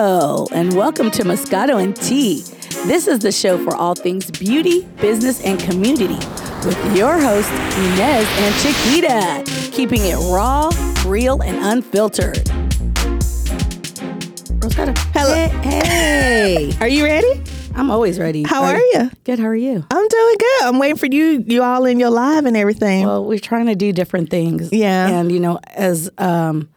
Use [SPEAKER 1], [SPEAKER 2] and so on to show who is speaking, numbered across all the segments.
[SPEAKER 1] Hello, and welcome to Moscato and Tea. This is the show for all things beauty, business, and community with your hosts, Inez and Chiquita, keeping it raw, real, and unfiltered. Rosetta.
[SPEAKER 2] Hello.
[SPEAKER 1] Hey, hey.
[SPEAKER 2] Are you ready?
[SPEAKER 1] I'm always ready.
[SPEAKER 2] How are ya?
[SPEAKER 1] Good, how are you?
[SPEAKER 2] I'm doing good. I'm waiting for you, you all in your live and everything.
[SPEAKER 1] Well, we're trying to do different things.
[SPEAKER 2] Yeah.
[SPEAKER 1] And you know, as um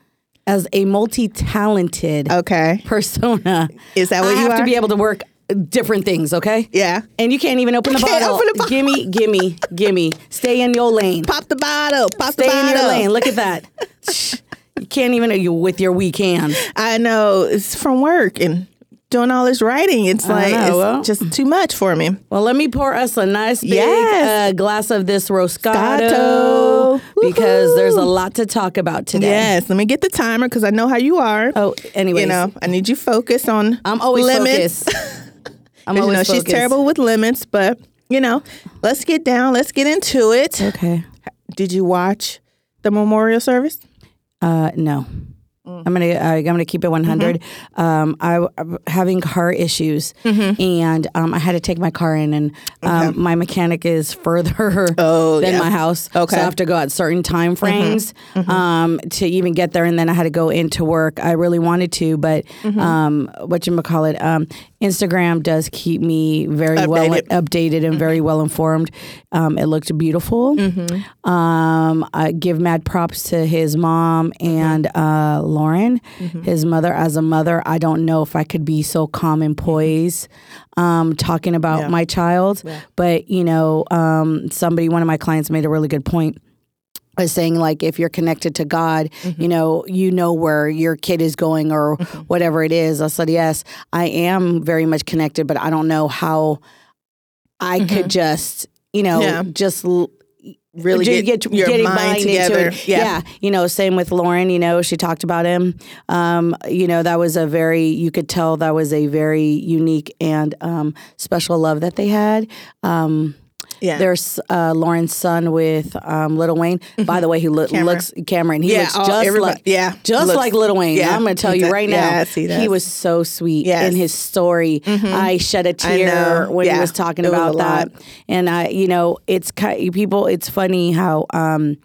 [SPEAKER 1] as a multi-talented
[SPEAKER 2] okay.
[SPEAKER 1] persona,
[SPEAKER 2] Oh. Is that
[SPEAKER 1] I
[SPEAKER 2] what you
[SPEAKER 1] have to
[SPEAKER 2] are?
[SPEAKER 1] be able to work different things, okay?
[SPEAKER 2] Yeah.
[SPEAKER 1] And you can't even open the
[SPEAKER 2] Can't
[SPEAKER 1] bottle.
[SPEAKER 2] open the bottle.
[SPEAKER 1] Gimme, gimme, gimme. Stay in your lane.
[SPEAKER 2] Pop the bottle. Pop
[SPEAKER 1] Stay
[SPEAKER 2] the
[SPEAKER 1] in
[SPEAKER 2] bottle.
[SPEAKER 1] your lane. Look at that. Shh. you can't even you with your weak hand.
[SPEAKER 2] I know it's from work and doing all this writing. It's like
[SPEAKER 1] know,
[SPEAKER 2] it's
[SPEAKER 1] well.
[SPEAKER 2] just too much for me.
[SPEAKER 1] Well, let me pour us a nice big
[SPEAKER 2] Yes.
[SPEAKER 1] uh, glass of this Roscato
[SPEAKER 2] Scotto.
[SPEAKER 1] because there's a
[SPEAKER 2] Woohoo.
[SPEAKER 1] lot to talk about today.
[SPEAKER 2] Yes. Let me get the timer because I know how you are.
[SPEAKER 1] Oh, anyways,
[SPEAKER 2] you know, I need you focused on.
[SPEAKER 1] I'm always
[SPEAKER 2] limits.
[SPEAKER 1] focused. I'm
[SPEAKER 2] 'Cause, you
[SPEAKER 1] always
[SPEAKER 2] know, she's
[SPEAKER 1] focused.
[SPEAKER 2] terrible with limits, but you know, let's get down. Let's get into it.
[SPEAKER 1] Okay.
[SPEAKER 2] Did you watch the memorial service?
[SPEAKER 1] Uh, no.
[SPEAKER 2] Mm.
[SPEAKER 1] I'm gonna I, I'm gonna keep it
[SPEAKER 2] Mm-hmm.
[SPEAKER 1] 100. Um, I I'm having car issues,
[SPEAKER 2] Mm-hmm.
[SPEAKER 1] and um, I had to take my car in, and um, my mechanic is further
[SPEAKER 2] Oh,
[SPEAKER 1] than
[SPEAKER 2] yeah.
[SPEAKER 1] my house.
[SPEAKER 2] Okay. Mm-hmm.
[SPEAKER 1] so I have to go at certain time frames Um, to even get there, and then I had to go into work. I really wanted to, but
[SPEAKER 2] Mm-hmm.
[SPEAKER 1] um, what you call it, um, Instagram does keep me very well
[SPEAKER 2] Updated.
[SPEAKER 1] updated and very well informed. Um, it looked beautiful. Um, I give mad props to his mom and uh, Lauren, his mother. As a mother, I don't know if I could be so calm and poised um, talking about my child. But, you know, um, somebody, one of my clients made a really good point is saying like if you're connected to God,
[SPEAKER 2] Mm-hmm.
[SPEAKER 1] you know, you know where your kid is going or whatever it is. I said, yes, I am very much connected, but I don't know how I could just, you know,
[SPEAKER 2] Mm-hmm. Yeah.
[SPEAKER 1] just l-
[SPEAKER 2] Really
[SPEAKER 1] ju-
[SPEAKER 2] get, your
[SPEAKER 1] getting
[SPEAKER 2] mind
[SPEAKER 1] mine into
[SPEAKER 2] together.
[SPEAKER 1] it. yeah, you know, same with Lauren. You know, she talked about him. Um, you know, that was a very you could tell that was a very unique and um, special love that they had. Um,
[SPEAKER 2] Yeah. Mm-hmm.
[SPEAKER 1] there's uh, Lauren's son with um, Little Wayne. By the way, he loo- looks Cameron. He
[SPEAKER 2] Yeah,
[SPEAKER 1] looks
[SPEAKER 2] oh,
[SPEAKER 1] just
[SPEAKER 2] everybody-
[SPEAKER 1] like
[SPEAKER 2] yeah,
[SPEAKER 1] just
[SPEAKER 2] looks-
[SPEAKER 1] like Little Wayne.
[SPEAKER 2] yeah,
[SPEAKER 1] I'm gonna tell
[SPEAKER 2] he
[SPEAKER 1] you
[SPEAKER 2] does.
[SPEAKER 1] right now.
[SPEAKER 2] Yes, he does.
[SPEAKER 1] was so sweet
[SPEAKER 2] Yes. Mm-hmm.
[SPEAKER 1] in his story. I shed a tear
[SPEAKER 2] know.
[SPEAKER 1] when he
[SPEAKER 2] Yeah,
[SPEAKER 1] was talking
[SPEAKER 2] it was
[SPEAKER 1] about
[SPEAKER 2] a
[SPEAKER 1] that.
[SPEAKER 2] lot.
[SPEAKER 1] And I, you know, it's ki- people. It's funny how. Um,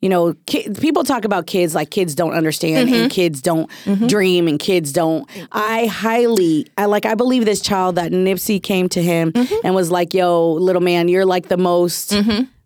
[SPEAKER 1] you know, ki- people talk about kids like kids don't understand
[SPEAKER 2] Mm-hmm.
[SPEAKER 1] and kids don't dream and kids don't. I highly, I like, I believe this child that Nipsey came to him
[SPEAKER 2] Mm-hmm.
[SPEAKER 1] and was like, yo, little man, you're like the most.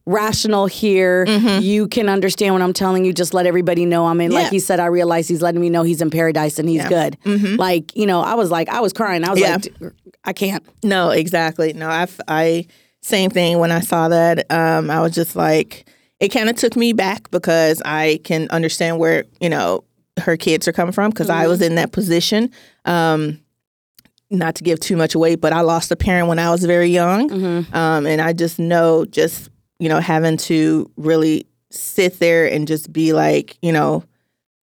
[SPEAKER 1] Rational here. You can understand what I'm telling you. Just let everybody know I'm in. Like
[SPEAKER 2] Mm-hmm. Yeah.
[SPEAKER 1] he said, I realize he's letting me know he's in paradise and he's good. Like, you know, I was like, I was crying. I was
[SPEAKER 2] Mm-hmm. Yeah.
[SPEAKER 1] like, "D- I can't.
[SPEAKER 2] No, exactly. No, I, f- I- same thing when I saw that. Um, I was just like, it kind of took me back because I can understand where you know her kids are coming from because I was in that position. Um, not to give too much away, but I lost a parent when I was very young, um, and I just know just you know having to really sit there and just be like you know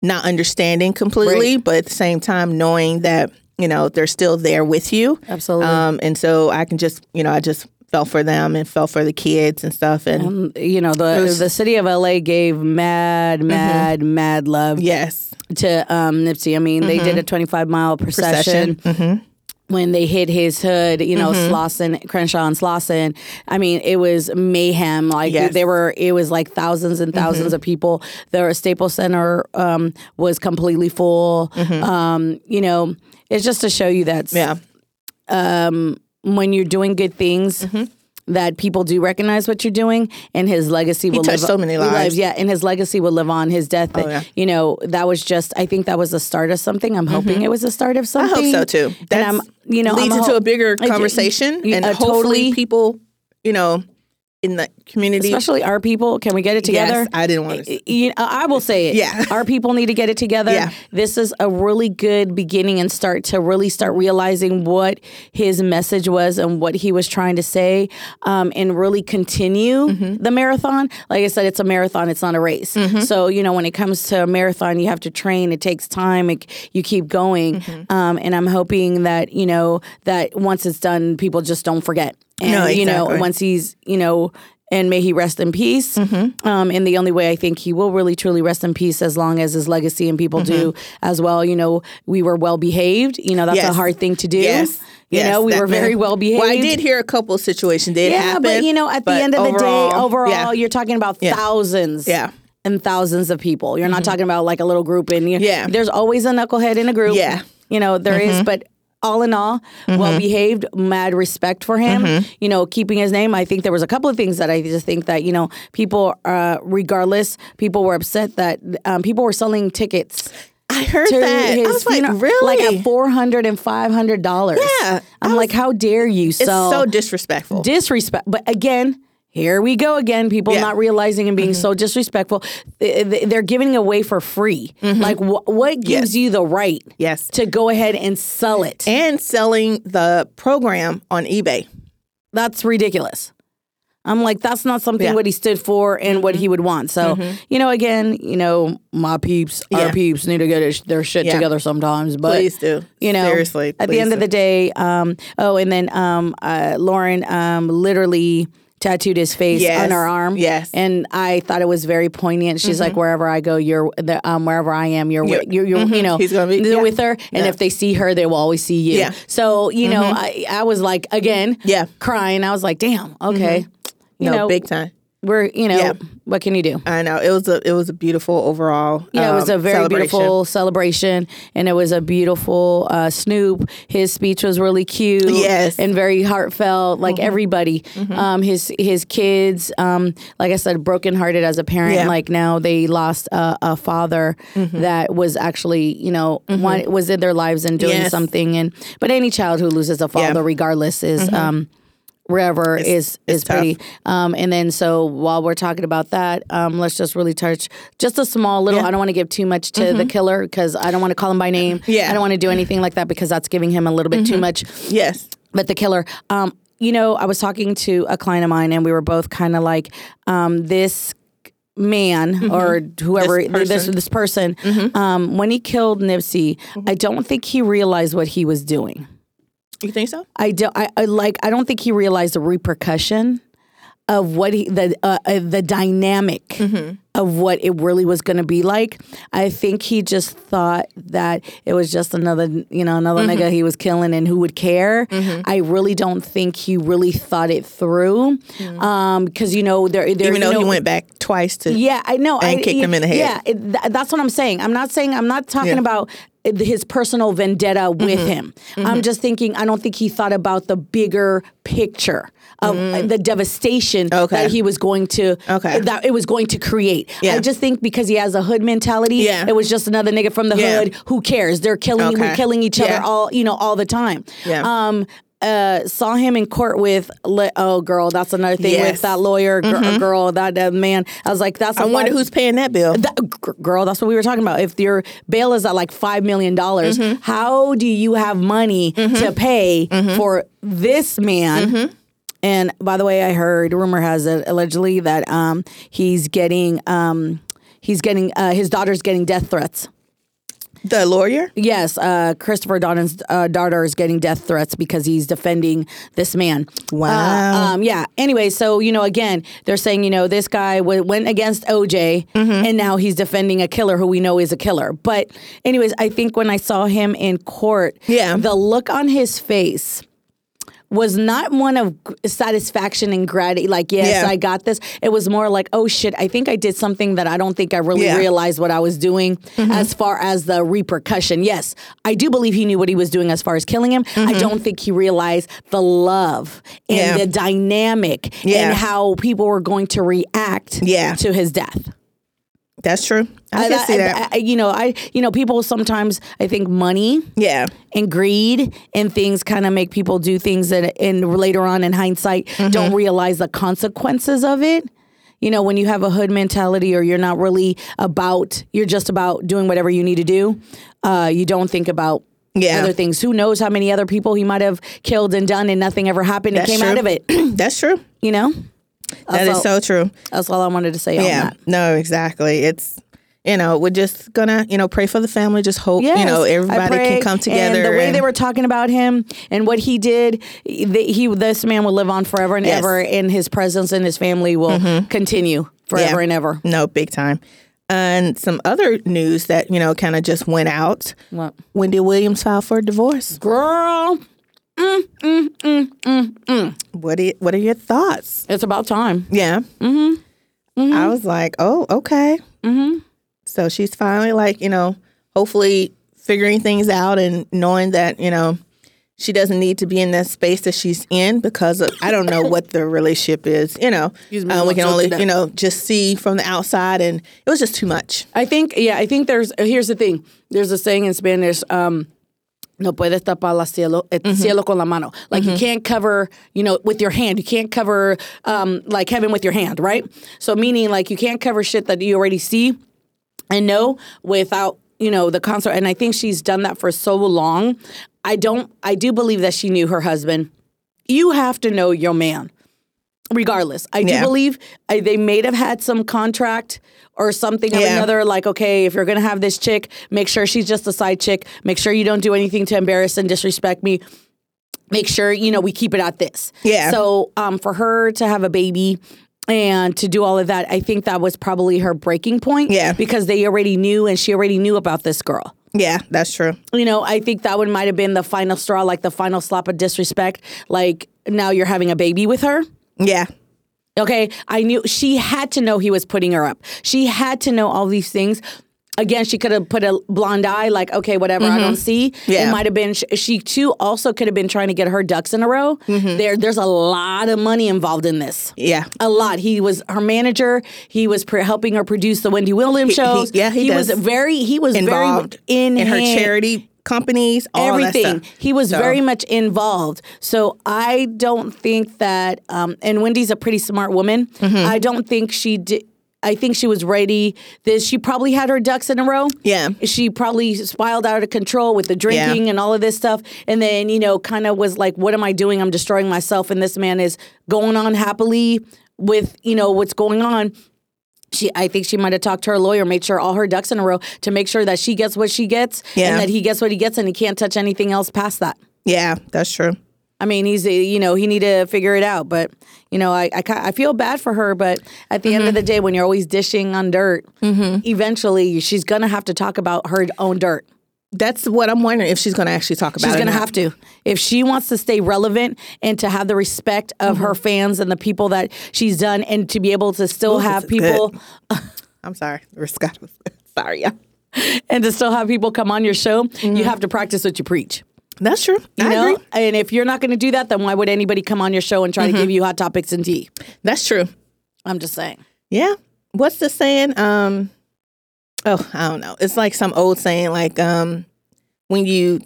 [SPEAKER 2] not understanding completely, but at the same time knowing that you know they're still there with you.
[SPEAKER 1] Absolutely.
[SPEAKER 2] Um, and so I can just, you know, I just fell for them and fell for the kids and stuff. And
[SPEAKER 1] Um, you know, the, the city of LA gave mad,
[SPEAKER 2] Mm-hmm.
[SPEAKER 1] mad, mad love
[SPEAKER 2] yes,
[SPEAKER 1] to um, Nipsey. I mean, they did a
[SPEAKER 2] Mm-hmm.
[SPEAKER 1] 25 mile procession. When they hit his hood, you know,
[SPEAKER 2] Mm-hmm.
[SPEAKER 1] Slauson, Crenshaw and Slauson, I mean, it was mayhem. Like
[SPEAKER 2] Yes. Mm-hmm.
[SPEAKER 1] there were, it was like thousands and 1000s of people. The Staples Center um, was completely full. Um, you know, it's just to show you that
[SPEAKER 2] Mm-hmm. yeah,
[SPEAKER 1] when you're doing good things
[SPEAKER 2] Mm-hmm.
[SPEAKER 1] that people do recognize what you're doing and his legacy will
[SPEAKER 2] touched
[SPEAKER 1] live
[SPEAKER 2] so many
[SPEAKER 1] he
[SPEAKER 2] lives. Oh,
[SPEAKER 1] yeah and his legacy will live on his death
[SPEAKER 2] yeah. Mm-hmm.
[SPEAKER 1] you know that was just i think that was the start of something i'm hoping it was the start of
[SPEAKER 2] I
[SPEAKER 1] something
[SPEAKER 2] hope so too.
[SPEAKER 1] and
[SPEAKER 2] That's
[SPEAKER 1] i'm you know
[SPEAKER 2] leads
[SPEAKER 1] I'm
[SPEAKER 2] into
[SPEAKER 1] ho-
[SPEAKER 2] a bigger
[SPEAKER 1] I-
[SPEAKER 2] conversation,
[SPEAKER 1] you-
[SPEAKER 2] and
[SPEAKER 1] uh,
[SPEAKER 2] hopefully
[SPEAKER 1] totally.
[SPEAKER 2] people, you know, in the community.
[SPEAKER 1] especially our people can we get it together
[SPEAKER 2] Yes, I didn't want to.
[SPEAKER 1] you know, I will say it.
[SPEAKER 2] Yeah.
[SPEAKER 1] Our people need to get it together.
[SPEAKER 2] Yeah.
[SPEAKER 1] This is a really good beginning and start to really start realizing what his message was and what he was trying to say um, and really continue
[SPEAKER 2] Mm-hmm.
[SPEAKER 1] the marathon. Like I said, it's a marathon, it's not a race. So, you know, when it comes to a marathon, you have to train, it takes time, it, you keep going.
[SPEAKER 2] Mm-hmm.
[SPEAKER 1] Um, and I'm hoping that, you know, that once it's done, people just don't forget. And,
[SPEAKER 2] No,
[SPEAKER 1] you know,
[SPEAKER 2] exactly.
[SPEAKER 1] once he's, you know, and may he rest in peace.
[SPEAKER 2] Mm-hmm.
[SPEAKER 1] Um, and the only way I think he will really truly rest in peace as long as his legacy and people do as well. You know, we were well behaved. You know, that's a
[SPEAKER 2] Mm-hmm. Yes.
[SPEAKER 1] hard thing to do.
[SPEAKER 2] Yes.
[SPEAKER 1] You
[SPEAKER 2] Yes,
[SPEAKER 1] know, we
[SPEAKER 2] that
[SPEAKER 1] were very
[SPEAKER 2] man-
[SPEAKER 1] well behaved.
[SPEAKER 2] Well, I did hear a couple situation did
[SPEAKER 1] Yeah,
[SPEAKER 2] happen.
[SPEAKER 1] but you know, at the
[SPEAKER 2] but
[SPEAKER 1] end of the day, overall,
[SPEAKER 2] yeah.
[SPEAKER 1] you're talking about thousands.
[SPEAKER 2] Yeah. Mm-hmm.
[SPEAKER 1] And thousands of people. You're not talking about like a little group and you,
[SPEAKER 2] Yeah.
[SPEAKER 1] There's always a knucklehead in a group.
[SPEAKER 2] Yeah. Mm-hmm.
[SPEAKER 1] You know, there is, but all in all, well behaved, mad respect for him.
[SPEAKER 2] Mm-hmm.
[SPEAKER 1] You know, keeping his name. I think there was a couple of things that I just think that, you know, people, uh, regardless, people were upset that um, people were selling tickets
[SPEAKER 2] I heard
[SPEAKER 1] to
[SPEAKER 2] that.
[SPEAKER 1] his
[SPEAKER 2] I was like,
[SPEAKER 1] funeral,
[SPEAKER 2] really?
[SPEAKER 1] like at $400 and $500.
[SPEAKER 2] Yeah.
[SPEAKER 1] I'm like, how dare you
[SPEAKER 2] it's
[SPEAKER 1] sell
[SPEAKER 2] so disrespectful.
[SPEAKER 1] disrespect. But again, here we go again. People
[SPEAKER 2] Yeah. Mm-hmm.
[SPEAKER 1] not realizing and being so disrespectful. Th- th- They're giving away for free. Like, wh- what gives you the right
[SPEAKER 2] Mm-hmm. yes.
[SPEAKER 1] to go ahead and sell it?
[SPEAKER 2] And selling the program on eBay.
[SPEAKER 1] that's ridiculous. I'm like, that's not something what he stood for and what
[SPEAKER 2] Mm-hmm.
[SPEAKER 1] he would want. So, you know, again, you know, my peeps, our
[SPEAKER 2] Yeah.
[SPEAKER 1] peeps need to get it- their shit
[SPEAKER 2] Yeah.
[SPEAKER 1] together sometimes. But
[SPEAKER 2] Please do.
[SPEAKER 1] you know
[SPEAKER 2] Seriously,
[SPEAKER 1] at the
[SPEAKER 2] please
[SPEAKER 1] end of
[SPEAKER 2] do.
[SPEAKER 1] the day um oh and then um uh lauren um literally tattooed his face
[SPEAKER 2] Yes.
[SPEAKER 1] on her arm
[SPEAKER 2] Yes. Mm-hmm.
[SPEAKER 1] and i thought it was very poignant she's like wherever i go you're the, um wherever i am you're with, you're, you're you know
[SPEAKER 2] He's gonna be-
[SPEAKER 1] they're
[SPEAKER 2] yeah.
[SPEAKER 1] with her and if they see her they will always see you
[SPEAKER 2] Yeah. Mm-hmm.
[SPEAKER 1] so you know i i was like again
[SPEAKER 2] Yeah. Mm-hmm.
[SPEAKER 1] crying i was like damn okay you
[SPEAKER 2] no,
[SPEAKER 1] know
[SPEAKER 2] big time.
[SPEAKER 1] we're you know
[SPEAKER 2] Yeah.
[SPEAKER 1] what can you do
[SPEAKER 2] I know it was a it was a beautiful overall.
[SPEAKER 1] yeah, it was
[SPEAKER 2] um,
[SPEAKER 1] a very
[SPEAKER 2] celebration.
[SPEAKER 1] beautiful celebration, and it was a beautiful uh, Snoop. His speech was really cute,
[SPEAKER 2] Yes. Mm-hmm.
[SPEAKER 1] and very heartfelt. Like everybody, um, his his kids, um, like I said, brokenhearted as a parent.
[SPEAKER 2] Yeah. Mm-hmm.
[SPEAKER 1] Like now they lost a, a father that was actually, you know, one, was in their lives and doing
[SPEAKER 2] Yes.
[SPEAKER 1] something. And but any child who loses a father, regardless, is.
[SPEAKER 2] Mm-hmm.
[SPEAKER 1] Um, wherever is is pretty. Um, and then so while we're talking about that, um, let's just really touch just a small little. I don't want to give too much to the killer because I don't want to call him by name.
[SPEAKER 2] Mm-hmm. Yeah. Mm-hmm.
[SPEAKER 1] I don't want to do anything like that because that's giving him a little bit too much.
[SPEAKER 2] Yes.
[SPEAKER 1] But the killer. Um, you know, I was talking to a client of mine, and we were both kind of like, um, this man or whoever
[SPEAKER 2] Mm-hmm. This
[SPEAKER 1] th- this
[SPEAKER 2] person. Mm-hmm.
[SPEAKER 1] this person um, when he killed Nipsey, I don't think he realized what he was doing.
[SPEAKER 2] You think so?
[SPEAKER 1] I don't. I, I like. I don't think he realized the repercussion of what he the uh, uh, the dynamic
[SPEAKER 2] Mm-hmm.
[SPEAKER 1] of what it really was going to be like. I think he just thought that it was just another you know another
[SPEAKER 2] Mm-hmm.
[SPEAKER 1] nigga he was killing and who would care. I really don't think he really thought it through because you know there there
[SPEAKER 2] Mm. Even
[SPEAKER 1] you
[SPEAKER 2] though
[SPEAKER 1] know,
[SPEAKER 2] he went back twice to
[SPEAKER 1] yeah, I know. I,
[SPEAKER 2] And kicked him in the head.
[SPEAKER 1] Yeah, it, th- that's what I'm saying. I'm not saying I'm not talking
[SPEAKER 2] Yeah. Mm-hmm.
[SPEAKER 1] about about uh, his personal vendetta with him. I'm just thinking I don't think he thought about the bigger picture of uh, the devastation
[SPEAKER 2] Mm-hmm. Okay.
[SPEAKER 1] that he was going to eh,
[SPEAKER 2] Okay.
[SPEAKER 1] that it was going to create. I
[SPEAKER 2] Yeah.
[SPEAKER 1] just think because he has a hood mentality,
[SPEAKER 2] Yeah.
[SPEAKER 1] it was just another nigga from the
[SPEAKER 2] Yeah.
[SPEAKER 1] hood. Who cares? They're killing we're
[SPEAKER 2] Okay.
[SPEAKER 1] killing each other
[SPEAKER 2] Yeah.
[SPEAKER 1] all you know all the time.
[SPEAKER 2] Yeah.
[SPEAKER 1] Um uh, saw him in court with le- oh girl, that's another thing with
[SPEAKER 2] Yes.
[SPEAKER 1] that lawyer gir- girl, that, that man. I was like, that's
[SPEAKER 2] Mm-hmm. I wonder who's paying that bill.
[SPEAKER 1] that, g- girl, that's what we were talking about. If your bail is at like five million dollars,
[SPEAKER 2] Mm-hmm.
[SPEAKER 1] how do you have money to pay for this man?
[SPEAKER 2] Mm-hmm.
[SPEAKER 1] And by the way, I heard rumor has it allegedly that um, he's getting um, he's getting uh, his daughter's getting death threats.
[SPEAKER 2] The lawyer?
[SPEAKER 1] Yes, uh, Christopher Donovan's uh, daughter is getting death threats because he's defending this man.
[SPEAKER 2] Wow.
[SPEAKER 1] Uh, um, yeah. Anyway, so you know, again, they're saying you know this guy w- went against OJ,
[SPEAKER 2] Mm-hmm.
[SPEAKER 1] and now he's defending a killer who we know is a killer. But, anyways, I think when I saw him in court,
[SPEAKER 2] Yeah.
[SPEAKER 1] the look on his face was not one of g- satisfaction and gratitude. Like, yes,
[SPEAKER 2] Yeah.
[SPEAKER 1] I got this. It was more like, oh shit, I think I did something that I don't think I really
[SPEAKER 2] Yeah.
[SPEAKER 1] realized what I was doing
[SPEAKER 2] Mm-hmm.
[SPEAKER 1] as far as the repercussion. Yes, I do believe he knew what he was doing as far as killing him. I don't think he realized the love and
[SPEAKER 2] Mm-hmm. Yeah.
[SPEAKER 1] the dynamic
[SPEAKER 2] Yeah.
[SPEAKER 1] and how people were going to react
[SPEAKER 2] Yeah.
[SPEAKER 1] to his death.
[SPEAKER 2] That's true. I, can see that.
[SPEAKER 1] I- you know, I you know, people sometimes I think money
[SPEAKER 2] yeah.
[SPEAKER 1] and greed and things kind of make people do things that and later on in hindsight
[SPEAKER 2] Mm-hmm.
[SPEAKER 1] don't realize the consequences of it you know when you have a hood mentality or you're not really about you're just about doing whatever you need to do uh, you don't think about
[SPEAKER 2] Yeah.
[SPEAKER 1] other things who knows how many other people he might have killed and done and nothing ever happened
[SPEAKER 2] That's
[SPEAKER 1] it came
[SPEAKER 2] true.
[SPEAKER 1] out of it
[SPEAKER 2] That's true.
[SPEAKER 1] you know
[SPEAKER 2] That is
[SPEAKER 1] all-
[SPEAKER 2] so true.
[SPEAKER 1] that's all i wanted to say on
[SPEAKER 2] Yeah.
[SPEAKER 1] that
[SPEAKER 2] No, exactly. It's you know, we're just gonna, you know, pray for the family. Just hope,
[SPEAKER 1] Yes,
[SPEAKER 2] you know,
[SPEAKER 1] I
[SPEAKER 2] everybody
[SPEAKER 1] pray.
[SPEAKER 2] can come together.
[SPEAKER 1] And the way
[SPEAKER 2] and-
[SPEAKER 1] they were talking about him and what he did, th- he this man will live on forever and
[SPEAKER 2] Yes. Mm-hmm.
[SPEAKER 1] ever, and his presence and his family will continue forever
[SPEAKER 2] Yeah.
[SPEAKER 1] and ever.
[SPEAKER 2] no, big time. And some other news that you know kind of just went out.
[SPEAKER 1] What?
[SPEAKER 2] Wendy Williams filed for divorce.
[SPEAKER 1] Girl,
[SPEAKER 2] What are, what are your thoughts?
[SPEAKER 1] it's about time.
[SPEAKER 2] Yeah. Mm-hmm. I was like, oh, okay. Mm-hmm. So she's finally like, you know, hopefully figuring things out and knowing that, you know, she doesn't need to be in that space that she's in because of, I don't know what the relationship is, you know.
[SPEAKER 1] me,
[SPEAKER 2] Uh, we
[SPEAKER 1] I'm
[SPEAKER 2] can
[SPEAKER 1] so
[SPEAKER 2] only,
[SPEAKER 1] today.
[SPEAKER 2] you know, just see from the outside and it was just too much.
[SPEAKER 1] I think, yeah, I think there's, here's the thing. There's a saying in Spanish, um, no puedes tapar la cielo, el
[SPEAKER 2] Mm-hmm.
[SPEAKER 1] cielo con la mano. Like you can't cover, you know, with your hand. You can't cover, um, like heaven with your hand, right? So meaning like you can't cover shit that you already see and know without, you know, the concert. And I think she's done that for so long. I don't, I do believe that she knew her husband. You have to know your man regardless. I
[SPEAKER 2] Yeah.
[SPEAKER 1] do believe I, they may have had some contract or something or
[SPEAKER 2] Yeah.
[SPEAKER 1] another. Like, okay, if you're gonna have this chick, make sure she's just a side chick. Make sure you don't do anything to embarrass and disrespect me. Make sure you know we keep it at this.
[SPEAKER 2] Yeah.
[SPEAKER 1] So, um, for her to have a baby. And to do all of that, I think that was probably her breaking point.
[SPEAKER 2] Yeah.
[SPEAKER 1] Because they already knew and she already knew about this girl
[SPEAKER 2] Yeah, that's true.
[SPEAKER 1] you know, I think that one might have been the final straw, like the final slap of disrespect. Like now you're having a baby with her.
[SPEAKER 2] Yeah.
[SPEAKER 1] Okay, I knew she had to know he was putting her up. She had to know all these things. Again, she could have put a blonde eye, like okay, whatever, I don't see.
[SPEAKER 2] Mm-hmm. Yeah.
[SPEAKER 1] It might have been sh- she too. Also, could have been trying to get her ducks in a row.
[SPEAKER 2] Mm-hmm.
[SPEAKER 1] There, there's a lot of money involved in this.
[SPEAKER 2] Yeah.
[SPEAKER 1] A lot. He was her manager. He was pr helping her produce the Wendy Williams shows.
[SPEAKER 2] yeah, he
[SPEAKER 1] was
[SPEAKER 2] does.
[SPEAKER 1] very. He was
[SPEAKER 2] Involved
[SPEAKER 1] very in,
[SPEAKER 2] in her
[SPEAKER 1] hand
[SPEAKER 2] charity companies, all
[SPEAKER 1] everything.
[SPEAKER 2] that stuff.
[SPEAKER 1] He was
[SPEAKER 2] So-
[SPEAKER 1] very much involved. So I don't think that, um, and Wendy's a pretty smart woman.
[SPEAKER 2] Mm-hmm.
[SPEAKER 1] I don't think she did. I think she was ready. This she probably had her ducks in a row.
[SPEAKER 2] Yeah.
[SPEAKER 1] she probably spiraled out of control with the drinking and all of this stuff, and then you know, kind of was like, "What am I doing? I'm destroying myself." And this man is going on happily with you know what's going on she I think she might have talked to her lawyer, made sure all her ducks in a row to make sure that she gets what she gets
[SPEAKER 2] Yeah.
[SPEAKER 1] and that he gets what he gets and he can't touch anything else past that.
[SPEAKER 2] Yeah, that's true.
[SPEAKER 1] I mean, he's a, you know he need to figure it out, but you know I I, ki- I feel bad for her, but at the
[SPEAKER 2] Mm-hmm.
[SPEAKER 1] end of the day, when you're always dishing on dirt, eventually she's gonna have to talk about her own dirt.
[SPEAKER 2] That's what I'm wondering if she's going to actually talk about.
[SPEAKER 1] She's
[SPEAKER 2] it
[SPEAKER 1] going to
[SPEAKER 2] now.
[SPEAKER 1] have to. If she wants to stay relevant and to have the respect of
[SPEAKER 2] Mm-hmm.
[SPEAKER 1] her fans and the people that she's done and to be able to still
[SPEAKER 2] this
[SPEAKER 1] have
[SPEAKER 2] is good.
[SPEAKER 1] people
[SPEAKER 2] I'm sorry, Riscott was good. Sorry, yeah.
[SPEAKER 1] and to still have people come on your show, you have to practice what you preach.
[SPEAKER 2] That's true.
[SPEAKER 1] You
[SPEAKER 2] Mm-hmm. I
[SPEAKER 1] know?
[SPEAKER 2] agree. Mm-hmm.
[SPEAKER 1] And if you're not going to do that, then why would anybody come on your show and try to give you hot topics and tea?
[SPEAKER 2] That's true.
[SPEAKER 1] I'm just saying.
[SPEAKER 2] Yeah. What's the saying? Um, oh, I don't know. It's like some old saying, like um, when you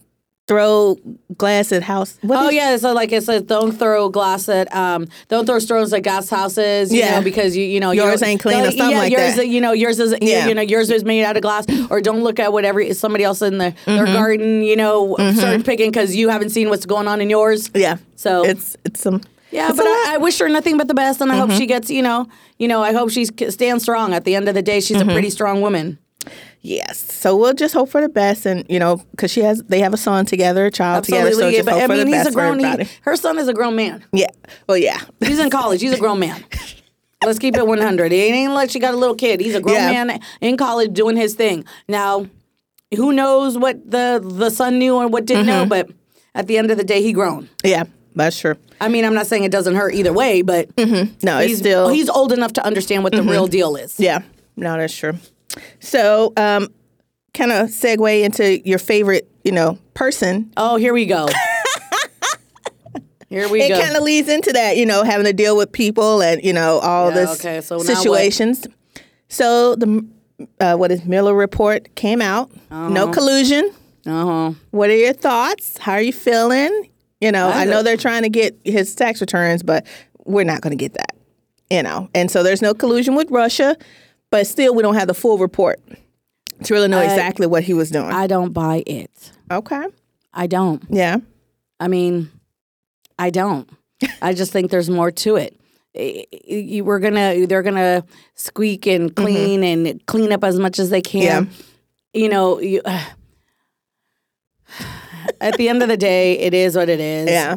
[SPEAKER 2] throw glass at house. What
[SPEAKER 1] Oh
[SPEAKER 2] is-
[SPEAKER 1] yeah, so like it says, don't throw glass at um, don't throw stones at glass houses. You
[SPEAKER 2] Yeah.
[SPEAKER 1] know, because you you know
[SPEAKER 2] Yours
[SPEAKER 1] your-
[SPEAKER 2] ain't clean or
[SPEAKER 1] yeah,
[SPEAKER 2] something like
[SPEAKER 1] yours,
[SPEAKER 2] that.
[SPEAKER 1] You know yours is
[SPEAKER 2] Yeah.
[SPEAKER 1] yeah. you know yours is made out of glass. Or don't look at whatever is somebody else in the, their
[SPEAKER 2] Mm-hmm.
[SPEAKER 1] garden. You know, start picking because you haven't seen what's going on in yours.
[SPEAKER 2] Yeah.
[SPEAKER 1] So-
[SPEAKER 2] it's it's some.
[SPEAKER 1] Yeah,
[SPEAKER 2] it's
[SPEAKER 1] but
[SPEAKER 2] a
[SPEAKER 1] I,
[SPEAKER 2] lot. Mm-hmm.
[SPEAKER 1] I wish her nothing but the best, and I hope she gets you know you know I hope she stands strong. At the end of the day, she's a
[SPEAKER 2] Mm-hmm.
[SPEAKER 1] pretty strong woman.
[SPEAKER 2] yes. So we'll just hope for the best, and you know, because she has, they have a son together, a child together. So
[SPEAKER 1] Absolutely,
[SPEAKER 2] just
[SPEAKER 1] but
[SPEAKER 2] hope
[SPEAKER 1] I
[SPEAKER 2] for
[SPEAKER 1] mean,
[SPEAKER 2] the
[SPEAKER 1] he's
[SPEAKER 2] best
[SPEAKER 1] a grown.
[SPEAKER 2] for
[SPEAKER 1] He,
[SPEAKER 2] everybody.
[SPEAKER 1] her son is a grown man.
[SPEAKER 2] Yeah. Well, yeah.
[SPEAKER 1] He's in college. He's a grown man. Let's keep it one hundred. It ain't like she got a little kid. He's a grown
[SPEAKER 2] Yeah.
[SPEAKER 1] man in college doing his thing. Now, who knows what the the son knew and what didn't know?
[SPEAKER 2] Mm-hmm.
[SPEAKER 1] But at the end of the day, he grown.
[SPEAKER 2] Yeah. That's true.
[SPEAKER 1] I mean, I'm not saying it doesn't hurt either way, but
[SPEAKER 2] No,
[SPEAKER 1] he's oh,
[SPEAKER 2] it's Mm-hmm. still Mm-hmm.
[SPEAKER 1] he's old enough to understand what the real deal is.
[SPEAKER 2] Yeah, no, that's true. So, um, kind of segue into your favorite, you know, person.
[SPEAKER 1] Oh, here we go. here we
[SPEAKER 2] It
[SPEAKER 1] go.
[SPEAKER 2] kind of leads into that, you know, having to deal with people and you know all
[SPEAKER 1] Yeah,
[SPEAKER 2] this
[SPEAKER 1] okay, so now what?
[SPEAKER 2] situations. So the uh, what is Miller report came out. No
[SPEAKER 1] Uh-huh.
[SPEAKER 2] collusion.
[SPEAKER 1] uh huh.
[SPEAKER 2] What are your thoughts? How are you feeling? You know, I, know they're trying to get his tax returns, but we're not going to get that. You know, and so there's no collusion with Russia, but still we don't have the full report to really know exactly what he was doing.
[SPEAKER 1] I don't buy it.
[SPEAKER 2] okay.
[SPEAKER 1] I don't.
[SPEAKER 2] Yeah.
[SPEAKER 1] I mean, I don't. I just think there's more to it. eh, you were gonna they're gonna squeak and clean and clean up as much as they can. You know, you, at the end of the day, it is what it is.
[SPEAKER 2] Yeah.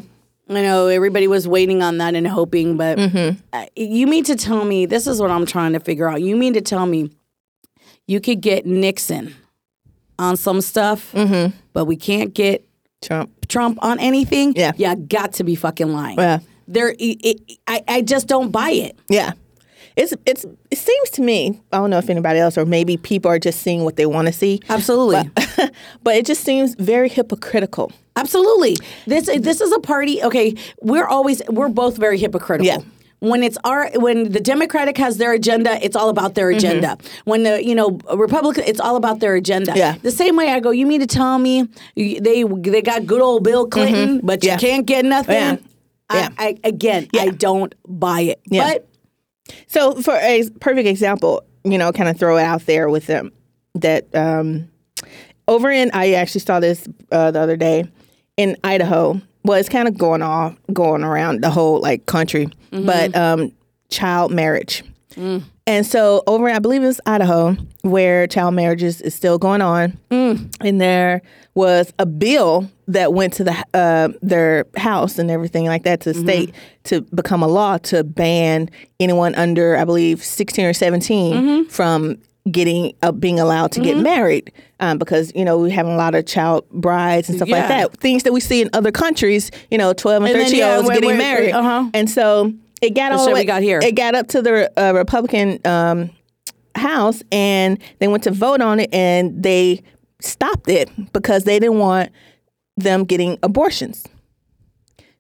[SPEAKER 1] I know everybody was waiting on that and hoping, but uh, you mean to tell me this is what I'm trying to figure out? You mean to tell me you could get Nixon on some stuff, but we can't get
[SPEAKER 2] Trump.
[SPEAKER 1] Trump on anything?
[SPEAKER 2] Yeah.
[SPEAKER 1] yeah, got to be fucking lying.
[SPEAKER 2] Yeah.
[SPEAKER 1] There, it, it, I, I just don't buy it.
[SPEAKER 2] Yeah. It's it's it seems to me, I don't know if anybody else or maybe people are just seeing what they want to see.
[SPEAKER 1] Absolutely,
[SPEAKER 2] but it just seems very hypocritical.
[SPEAKER 1] absolutely. This
[SPEAKER 2] Mm-hmm.
[SPEAKER 1] this is a party. Okay, we're always we're both very hypocritical.
[SPEAKER 2] Yeah.
[SPEAKER 1] When it's our when the Democratic has their agenda, it's all about
[SPEAKER 2] Mm-hmm.
[SPEAKER 1] their agenda. When the you know Republican, it's all about their agenda.
[SPEAKER 2] Yeah.
[SPEAKER 1] The same way I go, you mean to tell me you- they they got good old Bill Clinton, but you
[SPEAKER 2] Mm-hmm. Yeah.
[SPEAKER 1] can't get nothing?
[SPEAKER 2] Yeah.
[SPEAKER 1] I,
[SPEAKER 2] Yeah.
[SPEAKER 1] I, again, I don't buy it.
[SPEAKER 2] Yeah.
[SPEAKER 1] But
[SPEAKER 2] So for a perfect example, you know, kind of throw it out there with them that um, over in I actually saw this uh, the other day in Idaho. Well, it's kind of going off going around the whole like country, but um, child marriage. And so over, I believe it's Idaho, where child marriages is still going on, and there was a bill that went to the uh, their house and everything like that
[SPEAKER 1] Mm-hmm.
[SPEAKER 2] to the state to become a law to ban anyone under, I believe, sixteen or 17
[SPEAKER 1] Mm-hmm.
[SPEAKER 2] from getting uh, being allowed to get married um, because you know we having a lot of child brides and stuff like
[SPEAKER 1] Yeah.
[SPEAKER 2] that things that we see in other countries you know 12 and
[SPEAKER 1] And then,
[SPEAKER 2] 13 year
[SPEAKER 1] yeah,
[SPEAKER 2] olds
[SPEAKER 1] when
[SPEAKER 2] getting
[SPEAKER 1] we're-
[SPEAKER 2] married
[SPEAKER 1] uh-huh.
[SPEAKER 2] and so it got all the
[SPEAKER 1] shit we
[SPEAKER 2] way
[SPEAKER 1] got here.
[SPEAKER 2] it got up to the uh, Republican um, House and they went to vote on it and they stopped it because they didn't want them getting abortions.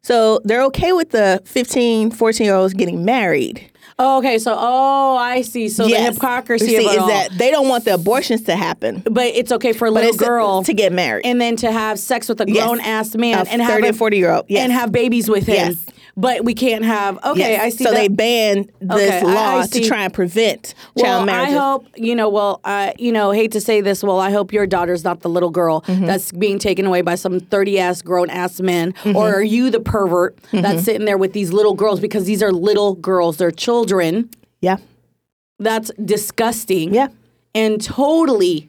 [SPEAKER 2] So they're okay with the 15, 14 year olds getting married.
[SPEAKER 1] oh, okay, so oh, I see. So
[SPEAKER 2] Yes.
[SPEAKER 1] the hypocrisy
[SPEAKER 2] See,
[SPEAKER 1] of it
[SPEAKER 2] is
[SPEAKER 1] all.
[SPEAKER 2] that they don't want the abortions to happen.
[SPEAKER 1] but it's okay for a
[SPEAKER 2] But
[SPEAKER 1] little
[SPEAKER 2] it's
[SPEAKER 1] girl
[SPEAKER 2] to get married.
[SPEAKER 1] and then to have sex with a
[SPEAKER 2] Yes.
[SPEAKER 1] grown ass man
[SPEAKER 2] A
[SPEAKER 1] and have
[SPEAKER 2] 30
[SPEAKER 1] a-
[SPEAKER 2] and 40 year old. Yes.
[SPEAKER 1] and have babies with him.
[SPEAKER 2] Yes.
[SPEAKER 1] But we can't have. Okay,
[SPEAKER 2] Yes.
[SPEAKER 1] I see.
[SPEAKER 2] So
[SPEAKER 1] that.
[SPEAKER 2] they banned
[SPEAKER 1] Okay,
[SPEAKER 2] this
[SPEAKER 1] I- I
[SPEAKER 2] law to
[SPEAKER 1] see.
[SPEAKER 2] try and prevent
[SPEAKER 1] well,
[SPEAKER 2] child marriage.
[SPEAKER 1] I hope you know. Well, uh, you know, hate to say this. Well, I hope your daughter's not the little girl
[SPEAKER 2] Mm-hmm.
[SPEAKER 1] that's being taken away by some thirty ass grown ass men,
[SPEAKER 2] Mm-hmm.
[SPEAKER 1] or are you the pervert that's sitting there with these little girls because these are little girls, they're children.
[SPEAKER 2] yeah.
[SPEAKER 1] That's disgusting.
[SPEAKER 2] Yeah.
[SPEAKER 1] and totally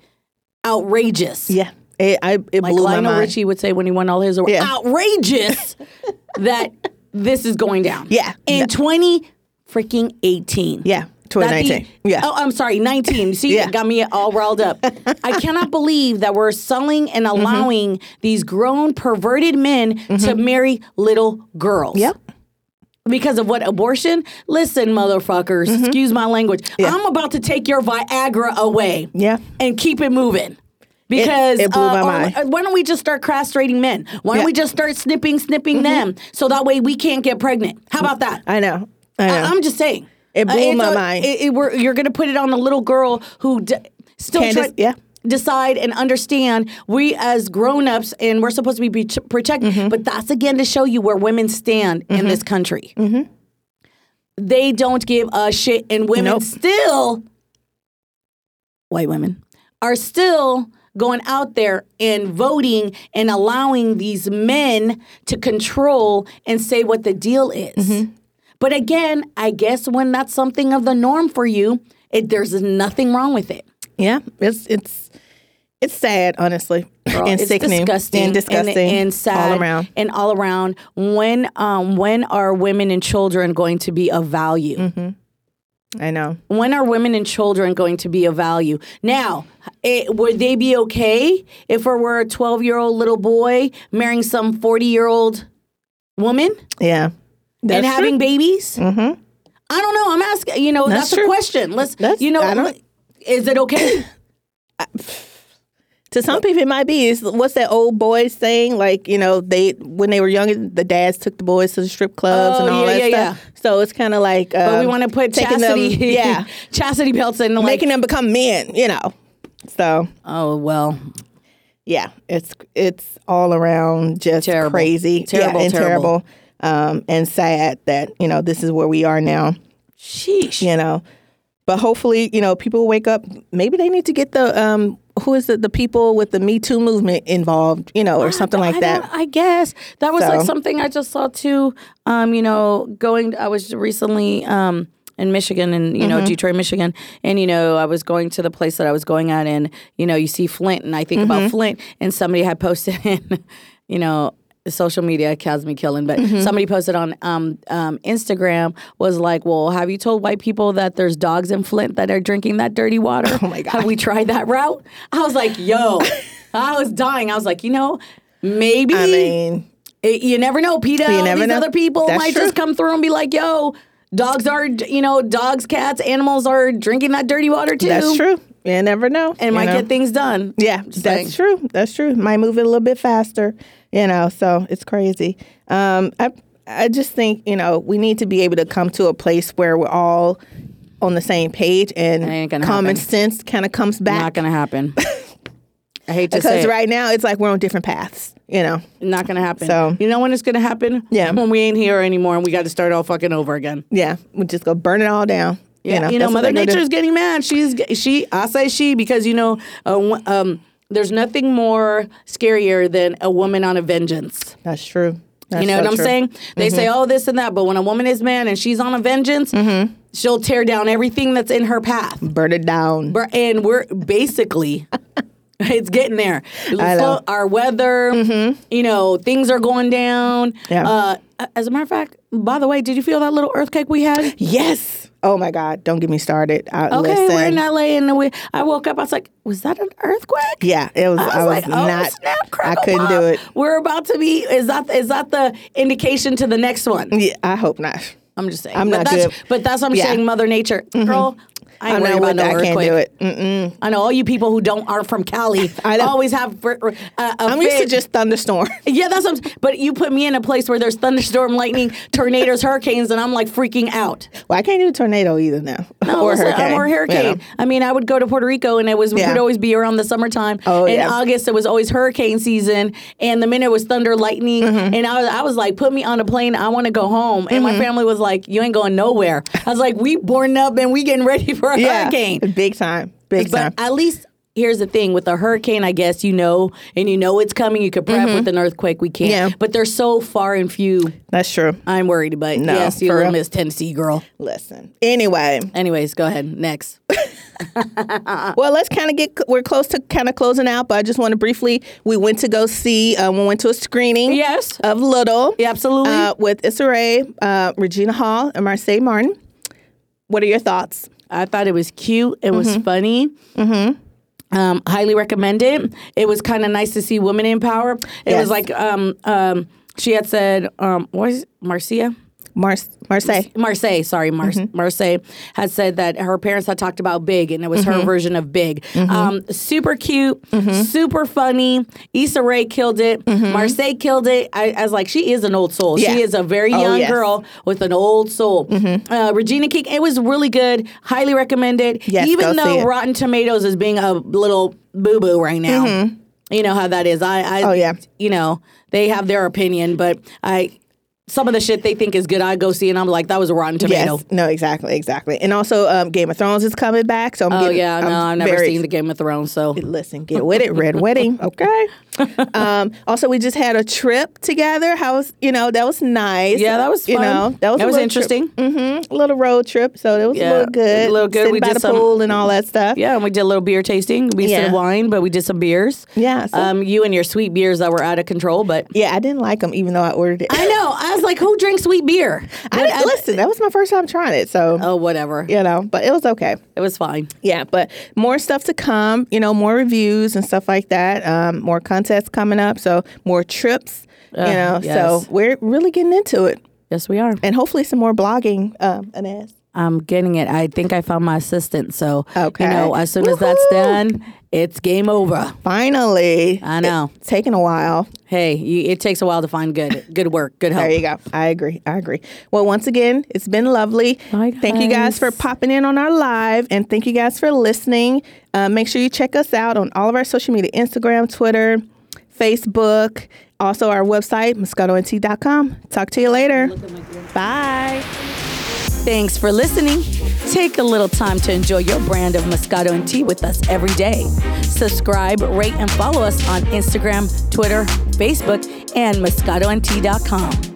[SPEAKER 1] outrageous.
[SPEAKER 2] Yeah. It, I, it
[SPEAKER 1] like
[SPEAKER 2] blew my
[SPEAKER 1] Lionel
[SPEAKER 2] mind.
[SPEAKER 1] Richie would say when he won all his awards,
[SPEAKER 2] Yeah.
[SPEAKER 1] outrageous that this is going down.
[SPEAKER 2] Yeah.
[SPEAKER 1] in twenty freaking eighteen.
[SPEAKER 2] Yeah,
[SPEAKER 1] That'd be-
[SPEAKER 2] 2019. yeah.
[SPEAKER 1] Oh, I'm sorry, 19. See,
[SPEAKER 2] Yeah.
[SPEAKER 1] it got me all riled up. I cannot believe that we're selling and
[SPEAKER 2] Mm-hmm.
[SPEAKER 1] allowing these grown perverted men to marry little girls.
[SPEAKER 2] Yep.
[SPEAKER 1] Because of what abortion? Listen, motherfuckers,
[SPEAKER 2] Mm-hmm.
[SPEAKER 1] excuse my language. I'm about to take your Viagra away.
[SPEAKER 2] Yeah.
[SPEAKER 1] And keep it moving. Because
[SPEAKER 2] it blew my
[SPEAKER 1] or-
[SPEAKER 2] mind.
[SPEAKER 1] uh, why don't we just start castrating men? Why don't
[SPEAKER 2] Yeah. Mm-hmm.
[SPEAKER 1] we just start snipping, snipping them so that way we can't get pregnant? How about that?
[SPEAKER 2] I know. I know.
[SPEAKER 1] I, am just saying.
[SPEAKER 2] It blew
[SPEAKER 1] it's
[SPEAKER 2] my
[SPEAKER 1] a-
[SPEAKER 2] mind.
[SPEAKER 1] It, it- we're- you're going to put it on the little girl who d- still
[SPEAKER 2] Candace,
[SPEAKER 1] try-
[SPEAKER 2] yeah.
[SPEAKER 1] decide and understand we as grown-ups and we're supposed to be protected.
[SPEAKER 2] Mm-hmm.
[SPEAKER 1] But that's again to show you where women stand in this country.
[SPEAKER 2] Mm-hmm.
[SPEAKER 1] They don't give a shit, and women
[SPEAKER 2] Nope.
[SPEAKER 1] still, white women, are still going out there and voting and allowing these men to control and say what the deal is.
[SPEAKER 2] Mm-hmm.
[SPEAKER 1] But again, I guess when that's something of the norm for you, it, there's nothing wrong with it.
[SPEAKER 2] yeah, it's it's it's sad, honestly,
[SPEAKER 1] girl.
[SPEAKER 2] and
[SPEAKER 1] it's
[SPEAKER 2] sickening,
[SPEAKER 1] disgusting,
[SPEAKER 2] and disgusting,
[SPEAKER 1] and, and sad,
[SPEAKER 2] all around.
[SPEAKER 1] and all around. When um, when are women and children going to be of value?
[SPEAKER 2] Mm-hmm. I know.
[SPEAKER 1] When are women and children going to be of value? Now, it, would they be okay if it were a twelve year old little boy marrying some forty year old woman
[SPEAKER 2] Yeah,
[SPEAKER 1] and
[SPEAKER 2] That's true.
[SPEAKER 1] having babies? Mm-hmm. I don't know. I'm asking. You know, that's,
[SPEAKER 2] That's
[SPEAKER 1] a
[SPEAKER 2] true.
[SPEAKER 1] question. Let's.
[SPEAKER 2] That's-
[SPEAKER 1] you know,
[SPEAKER 2] I don't-
[SPEAKER 1] is it okay?
[SPEAKER 2] to some people it might be. It's, what's that old boy saying? Like you know, they when they were younger, the dads took the boys to the strip clubs
[SPEAKER 1] Oh,
[SPEAKER 2] and all
[SPEAKER 1] yeah,
[SPEAKER 2] that
[SPEAKER 1] yeah,
[SPEAKER 2] stuff. So it's kind of like um,
[SPEAKER 1] But we want to put
[SPEAKER 2] taking
[SPEAKER 1] chastity,
[SPEAKER 2] them, yeah,
[SPEAKER 1] chastity belts in. Like,
[SPEAKER 2] making them become men. You know, so
[SPEAKER 1] oh well,
[SPEAKER 2] yeah, it's it's all around just
[SPEAKER 1] Terrible.
[SPEAKER 2] crazy,
[SPEAKER 1] Terrible,
[SPEAKER 2] yeah, and
[SPEAKER 1] terrible.
[SPEAKER 2] terrible, um, and sad that you know this is where we are now.
[SPEAKER 1] sheesh.
[SPEAKER 2] You know, but hopefully, you know, people wake up. Maybe they need to get the um, who is it? The people with the Me Too movement involved, you know, or something like
[SPEAKER 1] I
[SPEAKER 2] that.
[SPEAKER 1] don't- I guess that was like
[SPEAKER 2] So.
[SPEAKER 1] something I just saw too. Um, you know, going. I was recently um in Michigan and you know
[SPEAKER 2] Mm-hmm.
[SPEAKER 1] Detroit, Michigan, and you know I was going to the place that I was going at, and you know you see Flint, and I think
[SPEAKER 2] Mm-hmm.
[SPEAKER 1] about Flint, and somebody had posted in, you know. Social media cows me killing, but
[SPEAKER 2] Mm-hmm.
[SPEAKER 1] somebody posted on um, um, Instagram was like, "Well, have you told white people that there's dogs in Flint that are drinking that dirty water? Oh my god, have we tried that route?" I was like, "Yo," I was dying. I was like, "You know, maybe
[SPEAKER 2] I mean,
[SPEAKER 1] it- you never know, Peter.
[SPEAKER 2] You never
[SPEAKER 1] these
[SPEAKER 2] know.
[SPEAKER 1] other people
[SPEAKER 2] That's
[SPEAKER 1] might
[SPEAKER 2] true.
[SPEAKER 1] just come through and be like, "Yo, dogs are, you know, dogs, cats, animals are drinking that dirty water too."
[SPEAKER 2] that's true. You never know.
[SPEAKER 1] And
[SPEAKER 2] you
[SPEAKER 1] might
[SPEAKER 2] know?
[SPEAKER 1] get things done.
[SPEAKER 2] Yeah,
[SPEAKER 1] Just
[SPEAKER 2] that's
[SPEAKER 1] saying.
[SPEAKER 2] true. That's true. Might move it a little bit faster, you know. So it's crazy. Um, I I just think you know we need to be able to come to a place where we're all on the same page and
[SPEAKER 1] ain't
[SPEAKER 2] common
[SPEAKER 1] gonna happen.
[SPEAKER 2] sense kind of comes
[SPEAKER 1] Not
[SPEAKER 2] back
[SPEAKER 1] gonna happen. I hate to say
[SPEAKER 2] because
[SPEAKER 1] it.
[SPEAKER 2] right now it's like we're on different paths, you know.
[SPEAKER 1] Not gonna happen.
[SPEAKER 2] So-
[SPEAKER 1] you know when it's gonna happen?
[SPEAKER 2] Yeah.
[SPEAKER 1] When we ain't here anymore and we got to start all fucking over again.
[SPEAKER 2] Yeah, we just go burn it all down.
[SPEAKER 1] Yeah, you know,
[SPEAKER 2] that's what
[SPEAKER 1] Mother
[SPEAKER 2] they're gonna do.
[SPEAKER 1] Nature's getting mad. She's ge- she. I say she because you know, uh, wo- um, there's nothing more scarier than a woman on a vengeance.
[SPEAKER 2] That's true. That's
[SPEAKER 1] you know
[SPEAKER 2] so
[SPEAKER 1] what I'm
[SPEAKER 2] true. Mm-hmm.
[SPEAKER 1] saying? They say, oh, this and that. But when a woman is mad and she's on a vengeance, she'll tear down everything that's in her path.
[SPEAKER 2] Burn it down.
[SPEAKER 1] Br- And we're basically, it's getting there.
[SPEAKER 2] I know. Mm-hmm.
[SPEAKER 1] So our weather, you know, things are going down.
[SPEAKER 2] Yeah.
[SPEAKER 1] Uh, as a matter of fact, by the way, did you feel that little earthquake we had?
[SPEAKER 2] yes. Oh my God! Don't get me started. I,
[SPEAKER 1] Okay,
[SPEAKER 2] listen.
[SPEAKER 1] we're in LA and we, I woke up, I was like, was that an earthquake?
[SPEAKER 2] Yeah, it was. I was,
[SPEAKER 1] I was, like, oh,
[SPEAKER 2] not.
[SPEAKER 1] snap,
[SPEAKER 2] I
[SPEAKER 1] crackle,
[SPEAKER 2] couldn't do
[SPEAKER 1] pop.
[SPEAKER 2] it.
[SPEAKER 1] We're about to be, is that, is that the indication to the next one?
[SPEAKER 2] Yeah, I hope not.
[SPEAKER 1] I'm just saying.
[SPEAKER 2] I'm
[SPEAKER 1] but
[SPEAKER 2] not
[SPEAKER 1] that's,
[SPEAKER 2] good.
[SPEAKER 1] But that's what I'm
[SPEAKER 2] Yeah. Mm-hmm.
[SPEAKER 1] saying. Mother Nature, girl. I ain't
[SPEAKER 2] I'm
[SPEAKER 1] worried
[SPEAKER 2] not
[SPEAKER 1] about
[SPEAKER 2] with
[SPEAKER 1] no
[SPEAKER 2] that. I
[SPEAKER 1] earthquake.
[SPEAKER 2] can't do it. Mm. Mm-mm.
[SPEAKER 1] I know all you people who don't aren't from Cali.
[SPEAKER 2] I know.
[SPEAKER 1] always have. fr- fr- a- a
[SPEAKER 2] I'm used to
[SPEAKER 1] fit.
[SPEAKER 2] just thunderstorm.
[SPEAKER 1] Yeah, that's what I'm, but you put me in a place where there's thunderstorm, lightning, tornadoes, hurricanes, and I'm like freaking out.
[SPEAKER 2] Well, I can't do tornado either now.
[SPEAKER 1] No,
[SPEAKER 2] or
[SPEAKER 1] Oh, listen,
[SPEAKER 2] hurricane.
[SPEAKER 1] I'm- or
[SPEAKER 2] you
[SPEAKER 1] hurricane.
[SPEAKER 2] know.
[SPEAKER 1] I mean, I would go to Puerto Rico, and it was
[SPEAKER 2] Yeah.
[SPEAKER 1] would always be around the summertime.
[SPEAKER 2] Oh,
[SPEAKER 1] in
[SPEAKER 2] yeah.
[SPEAKER 1] August, it was always hurricane season, and the minute it was thunder, lightning,
[SPEAKER 2] Mm-hmm.
[SPEAKER 1] and I was, I was like, put me on a plane, I want to go home. And my family was like, you ain't going nowhere. I was like, we born up and we getting ready for a
[SPEAKER 2] Yeah,
[SPEAKER 1] hurricane.
[SPEAKER 2] Big time. Big
[SPEAKER 1] But
[SPEAKER 2] time.
[SPEAKER 1] at least here's the thing with a hurricane, I guess you know, and you know it's coming. You could prep with an earthquake. We can't.
[SPEAKER 2] Mm-hmm. Yeah.
[SPEAKER 1] But they're so far and few.
[SPEAKER 2] That's true.
[SPEAKER 1] I'm worried, but
[SPEAKER 2] No,
[SPEAKER 1] yes, you
[SPEAKER 2] for
[SPEAKER 1] will
[SPEAKER 2] real.
[SPEAKER 1] miss Tennessee, girl.
[SPEAKER 2] Listen. Anyway,
[SPEAKER 1] Anyways, go ahead. Next. Uh.
[SPEAKER 2] well, let's kind of get. We're close to kind of closing out, but I just want to briefly. We went to go see. Uh, we went to a screening.
[SPEAKER 1] Yes.
[SPEAKER 2] Of Little.
[SPEAKER 1] Yeah, absolutely.
[SPEAKER 2] Uh, with Issa Rae, uh, Regina Hall, and Marseille Martin. What are your thoughts?
[SPEAKER 1] I thought it was cute. It was funny. Um, highly recommend it. It was kind of nice to see women in power. It was
[SPEAKER 2] Yes.
[SPEAKER 1] like um, um, she had said, um, what is it? Marcia?
[SPEAKER 2] Mar- Marseille. Mm-hmm.
[SPEAKER 1] Marseille, sorry, Mar- Marseille had said that her parents had talked about Big, and it was
[SPEAKER 2] Mm-hmm.
[SPEAKER 1] her version of Big. Um, super cute, super funny. Issa Rae killed it. Marseille killed it. I, I was like, she is an old soul.
[SPEAKER 2] Mm-hmm. Yeah.
[SPEAKER 1] She is a very
[SPEAKER 2] Oh,
[SPEAKER 1] young
[SPEAKER 2] yes. Mm-hmm.
[SPEAKER 1] girl with an old soul. Uh, Regina King, it was really good. Highly recommended.
[SPEAKER 2] Yes,
[SPEAKER 1] Even
[SPEAKER 2] go see
[SPEAKER 1] though
[SPEAKER 2] it.
[SPEAKER 1] Rotten Tomatoes is being a little boo boo right now. You know how that is. I, I,
[SPEAKER 2] Mm-hmm. Oh, yeah.
[SPEAKER 1] You know they have their opinion, but I some of the shit they think is good, I go see and I'm like, that was a Rotten Tomato.
[SPEAKER 2] Yes. No, exactly, exactly. And also, um, Game of Thrones is coming back. So I'm
[SPEAKER 1] Oh
[SPEAKER 2] getting,
[SPEAKER 1] yeah, no,
[SPEAKER 2] I'm
[SPEAKER 1] I've never
[SPEAKER 2] very
[SPEAKER 1] seen the Game of Thrones, so
[SPEAKER 2] Listen, get with it, Red Wedding, okay? Um, also, we just had a trip together. How was you know that was nice.
[SPEAKER 1] yeah, that was fun.
[SPEAKER 2] you know that was a
[SPEAKER 1] that was
[SPEAKER 2] Mm. little
[SPEAKER 1] interesting.
[SPEAKER 2] trip, a little road trip. So it was
[SPEAKER 1] Yeah,
[SPEAKER 2] a little good,
[SPEAKER 1] a little good.
[SPEAKER 2] Sitting
[SPEAKER 1] We
[SPEAKER 2] by
[SPEAKER 1] did
[SPEAKER 2] the
[SPEAKER 1] some-
[SPEAKER 2] pool and all that stuff.
[SPEAKER 1] Yeah, and we did a little beer tasting. We
[SPEAKER 2] Yeah.
[SPEAKER 1] said wine, but we did some beers.
[SPEAKER 2] Yeah, so-
[SPEAKER 1] um, you and your sweet beers that were out of control, but
[SPEAKER 2] yeah. I didn't like them, even though I ordered it.
[SPEAKER 1] I know I was like, who drinks sweet beer?
[SPEAKER 2] I didn't- listen, that was my first time trying it, so
[SPEAKER 1] Oh, whatever.
[SPEAKER 2] you know, but it was okay.
[SPEAKER 1] It was fine.
[SPEAKER 2] Yeah, but more stuff to come, you know, more reviews and stuff like that. Um, more contests coming up, so more trips, you know.
[SPEAKER 1] yes.
[SPEAKER 2] So we're really getting into it.
[SPEAKER 1] Yes, we are.
[SPEAKER 2] And hopefully some more blogging, um, Inez.
[SPEAKER 1] I'm getting it. I think I found my assistant. So
[SPEAKER 2] Okay.
[SPEAKER 1] you know, as soon as that's
[SPEAKER 2] Woohoo!
[SPEAKER 1] done, it's game over.
[SPEAKER 2] Finally.
[SPEAKER 1] I know.
[SPEAKER 2] It's taking a while.
[SPEAKER 1] Hey, you, it takes a while to find good, good work, good help.
[SPEAKER 2] There you go. I agree. I agree. Well, once again, it's been lovely.
[SPEAKER 1] Bye,
[SPEAKER 2] Thank you guys
[SPEAKER 1] guys.
[SPEAKER 2] for popping in on our live and thank you guys for listening. Uh, make sure you check us out on all of our social media Instagram, Twitter, Facebook, also our website, moscatont.com. Talk to you later. Bye.
[SPEAKER 1] Thanks for listening. Take a little time to enjoy your brand of Moscato and tea with us every day. Subscribe, rate, and follow us on Instagram, Twitter, Facebook, and moscatoandtea.com.